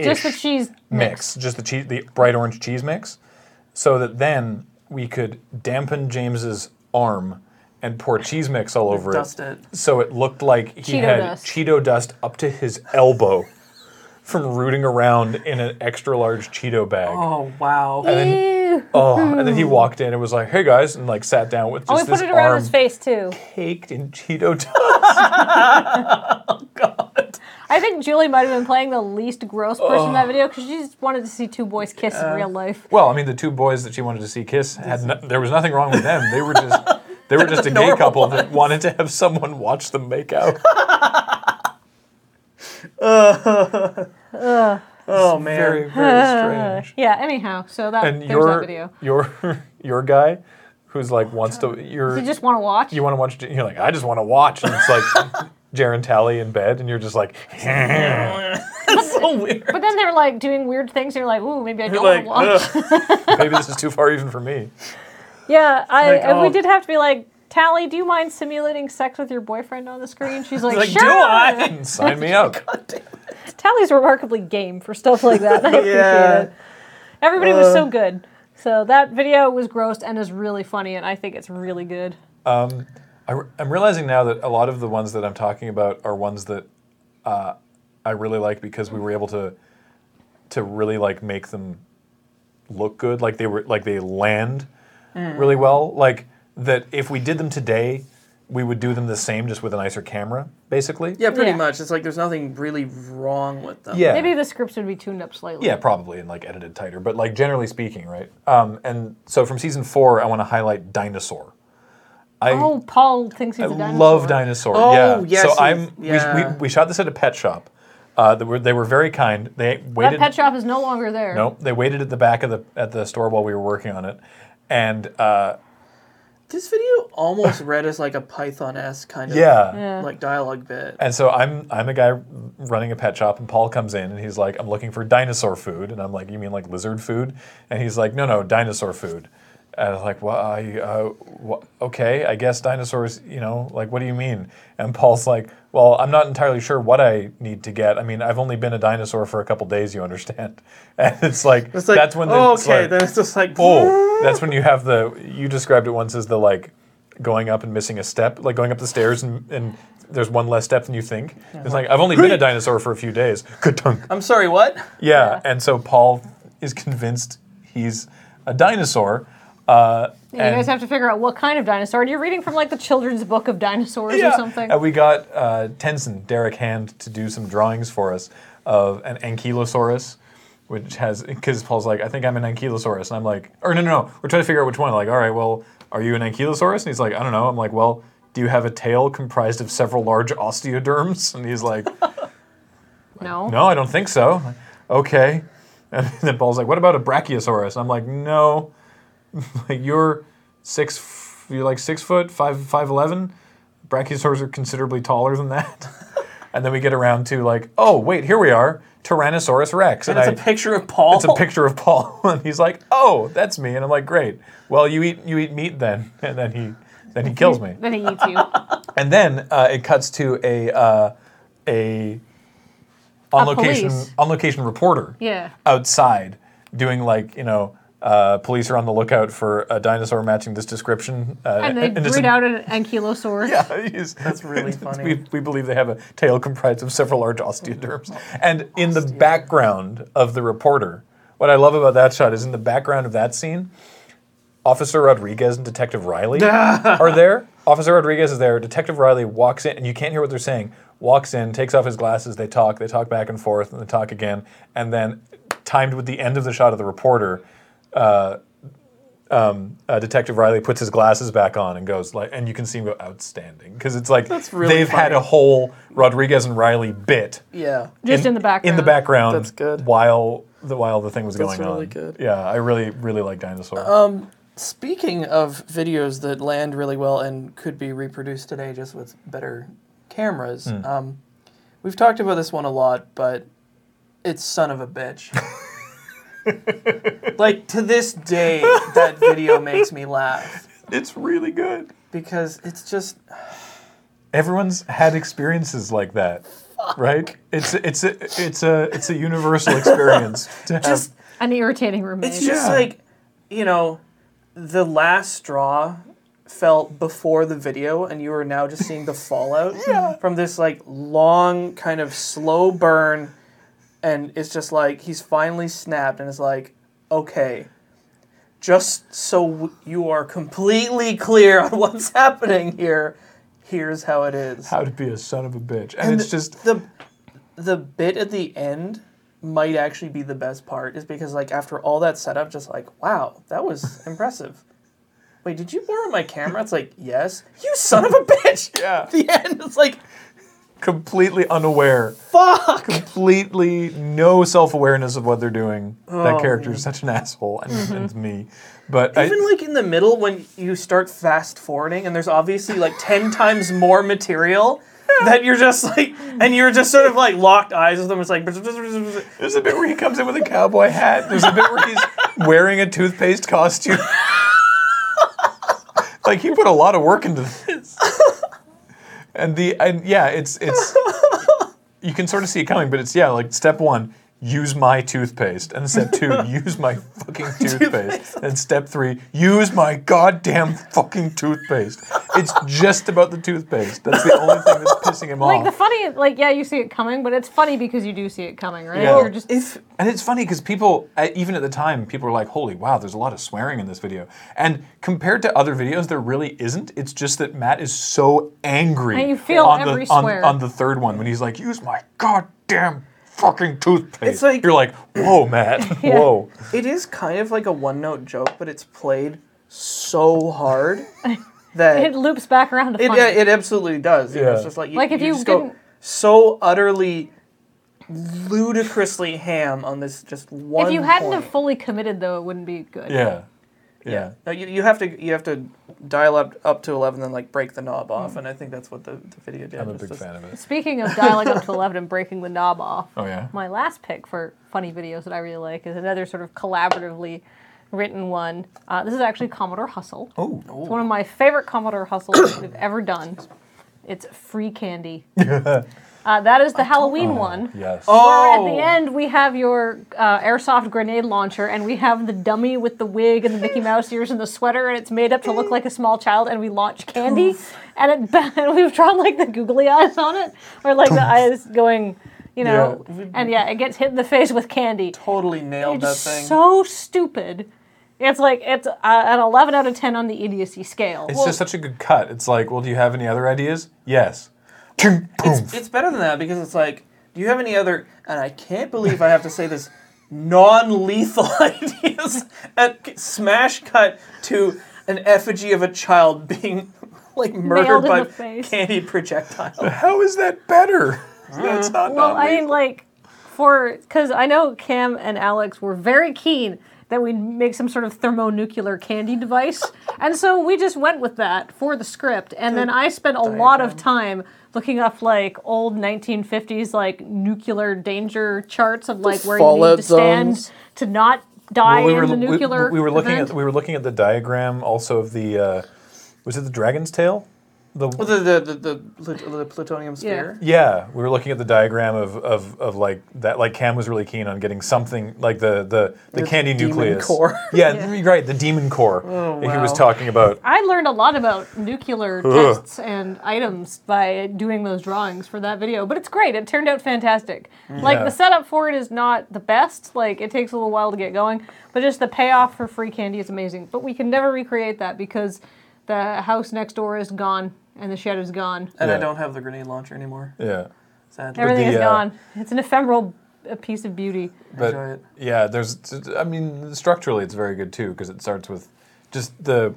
B: Just the cheese
A: mix, just the cheese, the bright orange cheese mix, so that then we could dampen James's arm and pour cheese mix all over
C: Dust
A: it,
C: it.
A: so it looked like he
B: Cheeto
A: had
B: dust.
A: Cheeto dust up to his elbow from rooting around in an extra large Cheeto bag.
C: Oh wow.
B: Ew.
A: Oh, and then he walked in and was like, "Hey guys," and like sat down with
B: Oh, we
A: just
B: put
A: this
B: it around
A: arm
B: his face too.
A: caked in Cheeto dust.
B: I think Julie might have been playing the least gross person in that video because she just wanted to see two boys kiss
A: Uh,
B: in real life.
A: well, I mean, the two boys that she wanted to see kiss had no, there was nothing wrong with them. They were just they [laughs] were just a gay
C: normal
A: couple that wanted to have someone watch them make out.
C: oh
A: [laughs]
C: man.
A: Very very
B: [laughs]
A: strange.
B: Yeah. Anyhow, so that
A: And
B: there's that
A: your
B: video.
A: your [laughs] your guy who's like wants to you're
B: You just want to watch.
A: you want to watch you're like I just want to watch and it's
B: [laughs]
A: like Jaren Talley in bed and you're just like
C: That's [laughs] so weird.
B: but then they're like doing weird things. And you're like, ooh, maybe I don't
C: Like,
B: want to watch.
C: ugh.
A: maybe this is too far even for me.
B: Yeah, I
C: Like,
B: and we
C: oh.
B: did have to be like, Tally, do you mind simulating sex with your boyfriend on the screen? She's like,
C: like
B: sure.
C: do I?
A: Sign me up.
B: Tally's remarkably game for stuff like that. [laughs]
C: [laughs]
B: I
C: Yeah.
B: appreciate it. Everybody was so good. So that video was gross and is really funny, and I think it's really good.
A: I re- I'm realizing now that a lot of the ones that I'm talking about are ones that uh, I really like because we were able to to really like make them look good, like they were like they land
B: Mm.
A: really well. Like that if we did them today, we would do them the same just with a nicer camera, basically.
C: Yeah, pretty
B: Yeah.
C: much. It's like there's nothing really wrong with them.
A: Yeah.
B: Maybe the scripts would be tuned up slightly.
A: Yeah, probably and like edited tighter, but like generally speaking, right? Um, and so from season four, I want to highlight Dinosaur. I
B: Oh, Paul thinks he's a
A: I
B: dinosaur.
A: love dinosaur.
C: Oh,
A: yeah.
C: yes,
A: So
C: he-
A: I'm. we-
C: yeah.
A: We, we, shot this at a pet shop. Uh, they were they were very kind. They
B: That
A: waited.
B: pet shop is no longer there.
A: No, they waited at the back of the at the store while we were working on it, and uh,
C: This video almost read as like a Python esque kind of
A: yeah.
B: Yeah.
C: like dialogue bit.
A: And so I'm I'm a guy running a pet shop, and Paul comes in and he's like, "I'm looking for dinosaur food," and I'm like, "You mean like lizard food?" And he's like, "No, no, dinosaur food." And I'm like, "Well, I, uh, wha- okay, I guess dinosaurs. You know, like, what do you mean?" And Paul's like, "Well, I'm not entirely sure what I need to get. I mean, I've only been a dinosaur for a couple days. You understand?" [laughs] And it's like,
C: It's like,
A: that's when the,
C: oh,
A: it's
C: okay,
A: like-
C: then it's just like,
A: Oh, that's when you have the. You described it once as the like going up and missing a step, like going up the stairs and, and there's one less step than you think. It's like I've only been a dinosaur for a few days. Ka-dunk.
C: I'm sorry, what?
A: Yeah, and so Paul is convinced he's a dinosaur. Uh,
B: You guys have to figure out what kind of dinosaur. You're reading from like the children's book of dinosaurs or something.
A: And we got uh, Tenson, Derek Hand, to do some drawings for us of an ankylosaurus, which has, because Paul's like, I think I'm an ankylosaurus. And I'm like, or no, no, no, we're trying to figure out which one. Like, all right, well, are you an ankylosaurus? And he's like, I don't know. I'm like, well, do you have a tail comprised of several large osteoderms? [laughs] And he's like,
B: no.
A: no, I don't think so. I'm like, okay. [laughs] And then Paul's like, what about a brachiosaurus? And I'm like, no. [laughs] like you're six, f- you're like six foot, five, five eleven. Brachiosaurs are considerably taller than that. [laughs] and then we get around to like, oh wait, here we are, Tyrannosaurus Rex.
C: And it's a
A: I-
C: picture of Paul.
A: it's a picture of Paul, [laughs] and he's like, "Oh, that's me," and I'm like, "Great. Well, you eat you eat meat then," [laughs] and then he then he kills me.
B: Then he eats you.
A: And then uh, it cuts to a uh, a on location
B: police.
A: on location reporter
B: Yeah.
A: outside doing like you know uh, police are on the lookout for a dinosaur matching this description. Uh,
B: And they
A: it's
B: breed
A: a-
B: out an
A: [laughs]
B: ankylosaur.
A: Yeah, he's-
C: [laughs] That's really
A: [laughs]
C: funny.
A: We, we believe they have a tail comprised of several large
C: [laughs]
A: osteoderms. And in the background of the reporter, what I love about that shot is in the background of that scene, Officer Rodriguez and Detective
C: [laughs]
A: Riley are there. Officer Rodriguez is there. Detective Riley walks in, and you can't hear what they're saying. Walks in, takes off his glasses. They talk. They talk back and forth, and they talk again. And then, timed with the end of the shot of the reporter, uh, Detective Riley puts his glasses back on and goes like, and you can see him go outstanding because it's like
C: That's really
A: they've had
C: funny.
A: a whole Rodriguez and Riley bit
C: yeah.
B: Just in, the background.
A: in the background.
D: That's good.
A: While the while the thing was
D: That's
A: going on,
D: really good. Um,
A: yeah, I really really like Dinosaur.
C: Speaking of videos that land really well and could be reproduced today just with better cameras, um, we've talked about this one a lot, but it's son of a [laughs] bitch. like to this day, that video makes me laugh
A: it's really good.
C: because it's just
A: Everyone's had experiences like that, right? It's it's a it's a it's a universal experience
C: [laughs]
A: to have.
C: just
B: An irritating roommate.
C: It's just
A: Yeah.
C: like, you know, the last straw felt before the video, and you are now just seeing the fallout from this like long kind of slow burn, and it's just like he's finally snapped, and it's like, okay. Just so w- you are completely clear [laughs] on what's happening here, here's how it is.
A: how to be a son of a bitch, and, it's just
C: the the bit at the end might actually be the best part is because like after all that setup just like wow
A: [laughs]
C: that was impressive wait did you borrow my camera it's like yes
A: [laughs]
C: you son of a bitch
A: Yeah.
C: [laughs] the end it's like
A: completely unaware
C: fuck
A: completely no self awareness of what they're doing. that character is such an asshole, and, and me. But I,
C: Oh, Mm-hmm. even like in the middle when you start fast forwarding and there's obviously like 10 times more material that you're just like and you're just sort of like locked eyes with them it's like [laughs]
A: there's a bit where he comes in with a cowboy hat. There's a bit where he's wearing a toothpaste costume. [laughs] like he put a lot of work into this. And the and yeah, it's it's you can sort of see it coming, but it's yeah, like step one. Use my toothpaste. And step two, use my fucking toothpaste. And step three, use my goddamn fucking toothpaste. It's just about the toothpaste. That's the only thing that's pissing him
B: like
A: off.
B: the funny, like yeah, you see it coming, but it's funny because you do see it coming, right?
A: Yeah.
B: You're just
C: if
A: And it's funny because people, I- even at the time, people were like, "Holy wow, there's a lot of swearing in this video." And compared to other videos, there really isn't. It's just that Matt is so angry
B: And you feel
A: on
B: every
A: the on,
B: swear.
A: on the third one when he's like, "Use my goddamn fucking toothpaste."
C: It's like-
A: you're like, "Whoa,
B: [laughs]
A: Matt, whoa."
C: It is kind of like a one note joke, but it's played so
B: [laughs]
C: hard that
B: it
C: it,
B: loops back around to
C: it,
B: funny.
C: absolutely does. You know, it's
A: Yeah.
C: just like, you,
B: Like, if you
C: just go
B: didn't-
C: so utterly ludicrously ham on this just one
B: if you hadn't
C: point.
B: have fully committed, though, it wouldn't be good.
A: Yeah, Yeah.
C: No, you, you have to you have to dial up up to eleven, then like break the knob
B: Mm.
C: off, and I think that's what the, the video did.
A: I'm a
C: It's
A: big
C: just-
A: fan of it.
B: Speaking of dialing up to 11 and breaking the knob off,
A: Oh yeah.
B: my last pick for funny videos that I really like is another sort of collaboratively written one. Uh, this is actually Commodore Hustle.
A: Oh.
B: It's one of my favorite Commodore hustles we've ever done. It's free candy. uh, that is the Halloween one.
A: Yes.
B: Where at
C: Oh.
B: the end we have your uh, airsoft grenade launcher, and we have the dummy with the wig and the Mickey Mouse ears and the sweater, and it's made up to look like a small child, and we launch candy, and it ba- [laughs] and we've drawn like the googly eyes on it, or like the eyes going, you know, and yeah, it gets hit in the face with candy.
C: Totally nailed that
B: It's
C: thing.
B: so stupid. It's like it's uh, an 11 out of 10 on the idiocy scale.
A: It's just such a good cut. It's like, well, do you have any other ideas? Yes.
C: it's, it's better than that because it's like, do you have any other? And I can't believe I have to say this. Non-lethal [laughs] ideas. A c- smash cut to an effigy of a child being [laughs] like
B: Nailed
C: murdered
B: in
C: by
B: the face.
C: candy
A: [laughs]
C: projectiles.
A: How is that better? [laughs] That's not.
B: Well,
A: not
B: I mean,
A: lethal.
B: like, for because I know Cam and Alex were very keen that we'd make some sort of thermonuclear candy
A: [laughs]
B: device, and so we just went with that for the script. And then I spent a lot of time looking up like old 1950s like nuclear danger charts of like where you need
D: fallout
B: to stand
D: zones.
B: to not die
A: Well, we were
B: in the
A: we-
B: nuclear.
A: we, were looking
B: event.
A: at we were looking at the diagram also of the uh, was it the dragon's tail? The,
C: Well, the the the, the, plut- the plutonium sphere.
A: yeah, we were looking at the diagram of, of, of like that. Like Cam was really keen on getting something like the the, the, candy
C: demon
A: nucleus.
C: core.
A: [laughs] Yeah,
B: [laughs] Yeah.
A: you're right. The demon core. Oh, He was
C: wow.
A: talking about.
B: I learned a lot about nuclear tests and items by doing those drawings for that video, but it's great. It turned out fantastic. Like
A: Mm. Yeah.
B: the setup for it is not the best. Like it takes a little while to get going, but just the payoff for free candy is amazing. But we can never recreate that because the house next door is gone and the shed is gone.
C: And
A: Yeah.
C: I don't have the grenade launcher anymore.
A: Yeah.
C: Sadly,
B: Everything is
A: uh,
B: gone. It's an ephemeral uh, piece of beauty.
A: but
C: Enjoy it.
A: yeah, there's. I mean, structurally, it's very good too because it starts with just the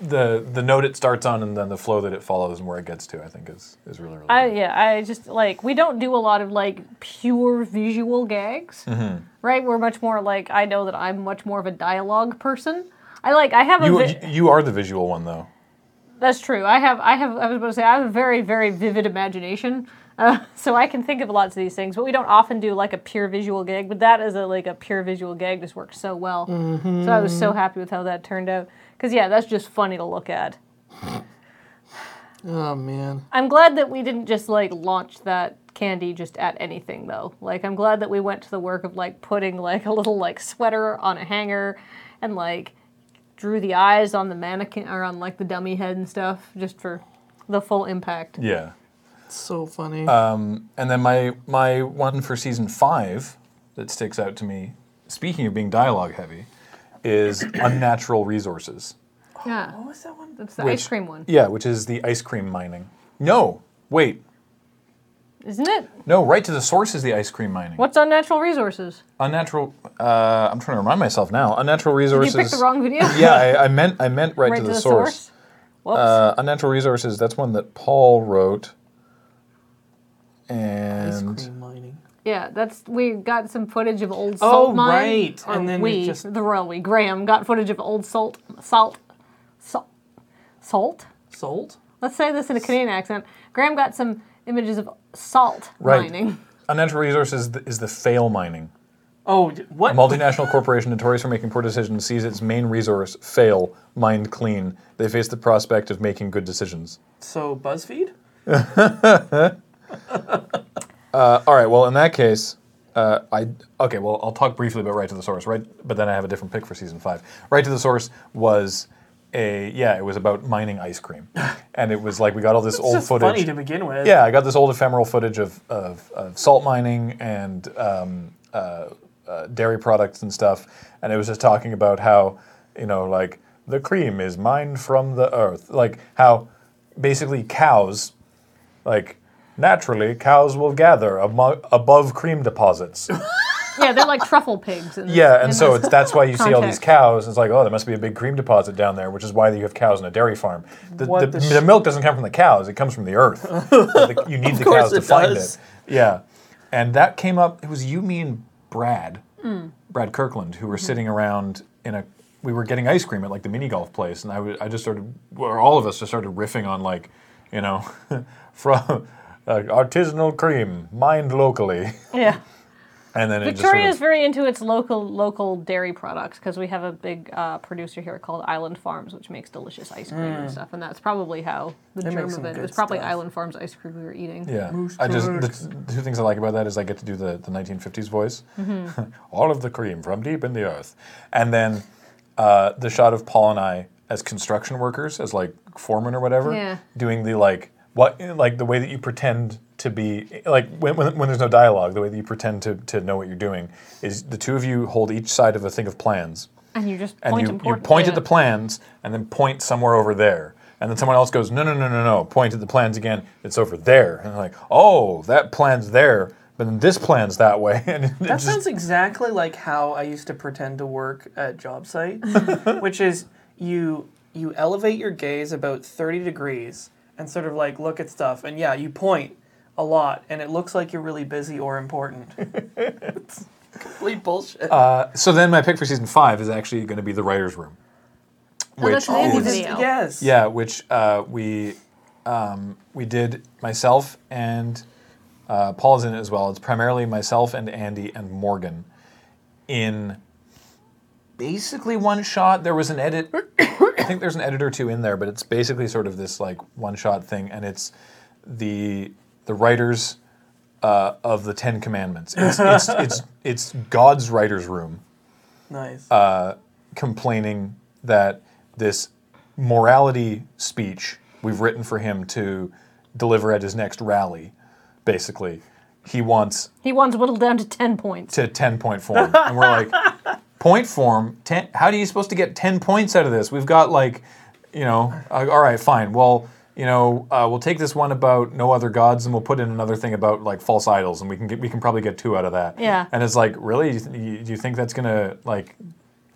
A: the the note it starts on and then the flow that it follows and where it gets to. I think is is really really.
B: I
A: good.
B: yeah, I just like we don't do a lot of like pure visual gags,
A: Mm-hmm.
B: right? We're much more like I know that I'm much more of a dialogue person. I like I have a
A: You
B: vi-
A: you are the visual one though.
B: that's true. I have I have I was about to say I have a very very vivid imagination, uh, [laughs] so I can think of lots of these things. But we don't often do like a pure visual gag. But that is a like a pure visual gag just works so well. So I was
A: Mm-hmm.
B: so happy with how that turned out. Cause yeah, that's just funny to look at.
D: Oh man.
B: I'm glad that we didn't just like launch that candy just at anything though. Like I'm glad that we went to the work of like putting like a little like sweater on a hanger and like drew the eyes on the mannequin or on like the dummy head and stuff just for the full impact.
A: Yeah.
D: It's so funny.
A: And then my my one for season five that sticks out to me, speaking of being dialogue heavy, is [clears throat] unnatural resources.
B: Yeah.
C: What was that one?
B: It's the ice
A: Which-
B: cream one.
A: Yeah, which is the ice cream mining. No, wait,
B: Isn't it?
A: no. Right to the source is the ice cream mining.
B: What's on natural resources?
A: Unnatural. Uh, I'm trying to remind myself now. Unnatural
B: Did you
A: resources.
B: pick the wrong video?
A: [laughs] yeah, I, I meant I meant right, to the, source.
B: Whoops.
A: Uh, unnatural resources. That's one that Paul wrote. And
D: Ice cream mining.
B: Yeah, that's we got some footage of old
C: Oh,
B: salt mine.
C: right,
B: Or
C: and then
B: we
C: it just-
B: the royal we Graham got footage of old salt salt salt salt.
C: Salt.
B: Let's say this in a Canadian accent. Graham got some images of salt
A: Right.
B: mining.
A: unnatural resources is the, is the fail mining.
C: Oh, d- what?
A: A multinational corporation notorious for making poor decisions sees its main resource fail, mind clean. They face the prospect of making good decisions.
C: so BuzzFeed.
A: Uh, all right. Well, in that case, uh, I okay. Well, I'll talk briefly about Right to the Source. Right, but then I have a different pick for season five. Right to the Source was a yeah. It was about mining ice cream, and it was like we got all this
C: It's
A: old
C: just
A: footage.
C: funny to begin with.
A: Yeah, I got this old ephemeral footage of, of, of salt mining and um, uh, uh, dairy products and stuff, and it was just talking about how you know like the cream is mined from the earth, like how basically cows, like naturally cows will gather amo- above cream deposits.
B: yeah, they're like truffle pigs.
A: [laughs]
B: In this-
A: Yeah,
B: in
A: and so
B: this-
A: it's, that's why you see all these
B: context.
A: cows. It's like, oh, there must be a big cream deposit down there, which is why you have cows in a dairy farm. The,
C: What
A: the,
C: the sh-
A: the milk doesn't come from the cows; it comes from the
C: [laughs]
A: earth. The- you need the
C: course
A: cows to
C: it
A: find
C: does.
A: it. Yeah, and that came up. It was you, me, and Brad, Brad Kirkland, who were sitting around in a we were getting ice cream at like the mini golf place, and I wa- I just started, or all of us just started riffing on like, you know, [laughs] from uh, artisanal cream mined locally,
B: Yeah.
A: and then it
B: Victoria
A: just
B: is very into its local local dairy products because we have a big uh, producer here called Island Farms, which makes delicious ice cream
A: Mm.
B: and stuff. And that's probably how the
C: They make
B: germ of
C: some
B: it. It
C: good
B: was probably
C: stuff.
B: Island Farms ice cream we were eating.
A: sort of, yeah. I just the t- two things I like about that is I get to do the the 1950s voice, [laughs] all of the cream from deep in the earth, and then uh, the shot of Paul and I as construction workers, as like foremen or whatever,
B: Yeah.
A: doing the like what like the way that you pretend to be like when, when, when there's no dialogue the way that you pretend to, to know what you're doing is the two of you hold each side of a thing of plans
B: And you just
A: and
B: point
A: you,
B: and
A: you
B: point.
A: point
B: yeah.
A: at the plans and then point somewhere over there. And then someone else goes, no, no, no, no, no, point at the plans again. It's over there. And I'm like, oh, that plan's there, but then this plan's that way. [laughs] And it
C: That
A: just-
C: sounds exactly like how I used to pretend to work at
A: [laughs]
C: job sites, which is you you elevate your gaze about 30 degrees and sort of like look at stuff and yeah, you point a lot and it looks like you're really busy or important.
A: [laughs]
C: it's complete bullshit.
A: Oh. so then my pick for season five is actually going to be the writer's room.
B: Oh, that's an indie
A: is-
C: Just-
B: video.
C: yes.
A: Yeah, which uh, we um, we did myself and uh, Paul's in it as well. It's primarily myself and Andy and Morgan in basically one shot. There was an edit. I think there's an edit or two in there, but it's basically sort of this like one shot thing, and it's the the writers uh, of the Ten Commandments. It's it's, it's it's God's writers' room
C: Nice.
A: Uh, complaining that this morality speech we've written for him to deliver at his next rally, basically, he wants
B: He wants whittled down to ten points.
A: to 10 point form. And we're like, point form? Ten, how do you supposed to get 10 points out of this? We've got like, you know, uh, all right, fine. Well, you know, uh, we'll take this one about no other gods, and we'll put in another thing about like false idols, and we can get we can probably get two out of that.
B: Yeah.
A: And it's like, really, you th- you, you think that's gonna like,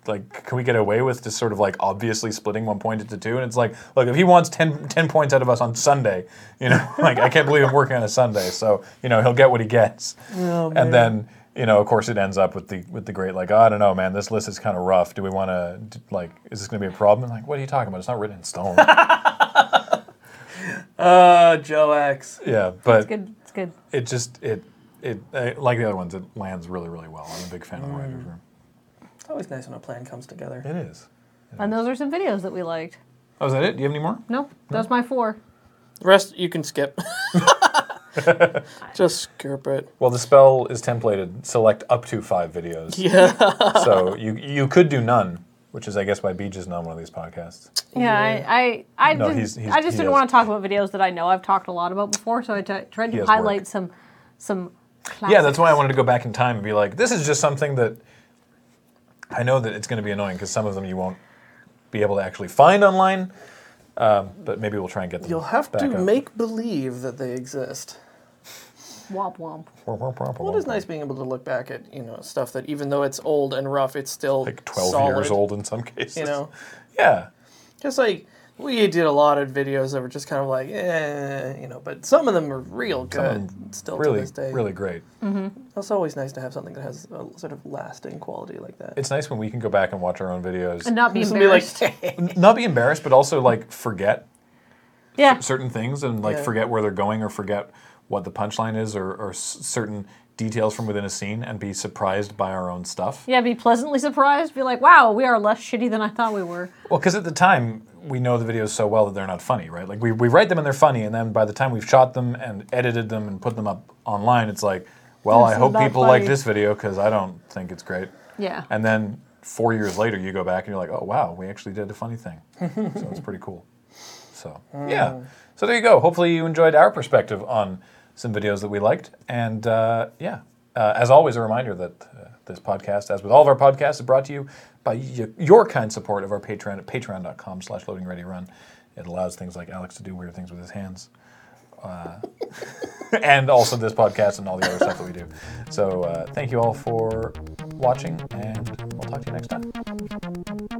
A: like, can we get away with just sort of like obviously splitting one point into two? And it's like, look, if he wants 10, 10 points out of us on Sunday, you know, [laughs] like I can't believe I'm working on a Sunday, so you know he'll get what he gets. and then you know, of course, it ends up with the with the great like, oh, I don't know, man, this list is kind of rough. Do we want to like, is this going to be a problem? like, what are you talking about? It's not written in stone.
C: uh, Joe X.
A: yeah, but
B: Good. It's good.
A: it just it it uh, like the other ones, it lands really really well. I'm a big fan of the writers room.
C: It's always nice when a plan comes together.
A: It is.
B: And those are some videos that we liked.
A: Oh, is that it? Do you have any more?
B: Nope. That's my four.
D: The rest you can [laughs]
A: [laughs]
D: skip. Just skip it.
A: Well, the spell is templated. Select up to five videos.
D: Yeah.
A: [laughs] so you you could do none, which is I guess why Beej is not on one of these podcasts.
B: Yeah, I, I, I
A: No,
B: didn't,
A: he's- he's-
B: I just
A: he
B: didn't
A: is.
B: want to talk about videos that I know I've talked a lot about before, so I t- tried
A: He
B: to
A: has work.
B: highlight some, some. Classics.
A: Yeah, that's why I wanted to go back in time and be like, this is just something that I know that it's going to be annoying because some of them you won't be able to actually find online. Um, but maybe we'll try and get them.
D: You'll have
A: back
D: to
A: up.
D: make believe that they exist.
B: Womp womp.
A: What
D: Well, it is nice being able to look back at you know stuff that even though it's old and rough, it's still
A: Like twelve
D: solid,
A: years old in some cases.
D: You know,
A: [laughs] Yeah.
D: just like we did a lot of videos that were just kind of like, eh, you know, but some of them are real good still to
A: Really,
D: this day.
A: really great.
D: it's always nice to have something that has a sort of lasting quality like that.
A: It's nice when we can go back and watch our own videos,
B: And not be
D: Just be like,
B: embarrassed.
A: [laughs] N- not be embarrassed, but also like forget
B: yeah.
A: certain things and like
D: Yeah.
A: forget where they're going or forget what the punchline is or, or s- certain details from within a scene and be surprised by our own stuff.
B: Yeah, be pleasantly surprised. Be like, wow, we are less shitty than I thought we were.
A: Well, because at the time we know the videos so well that they're not funny, right? Like we, we write them and they're funny, and then by the time we've shot them and edited them and put them up online, it's like, well,
B: This
A: I
B: is
A: hope
B: not
A: people
B: funny.
A: like this video because I don't think it's great.
B: Yeah.
A: And then four years later, you go back and you're like, oh wow, we actually did a funny thing. so it's pretty cool. So yeah. So there you go. Hopefully you enjoyed our perspective on some videos that we liked, and uh, yeah. Uh, as always, a reminder that uh, this podcast, as with all of our podcasts, is brought to you by y- your kind support of our Patreon at patreon.com slash loading ready run. It allows things like Alex to do weird things with his hands [laughs] and also this podcast and all the other stuff that we do. So uh, thank you all for watching, and we'll talk to you next time.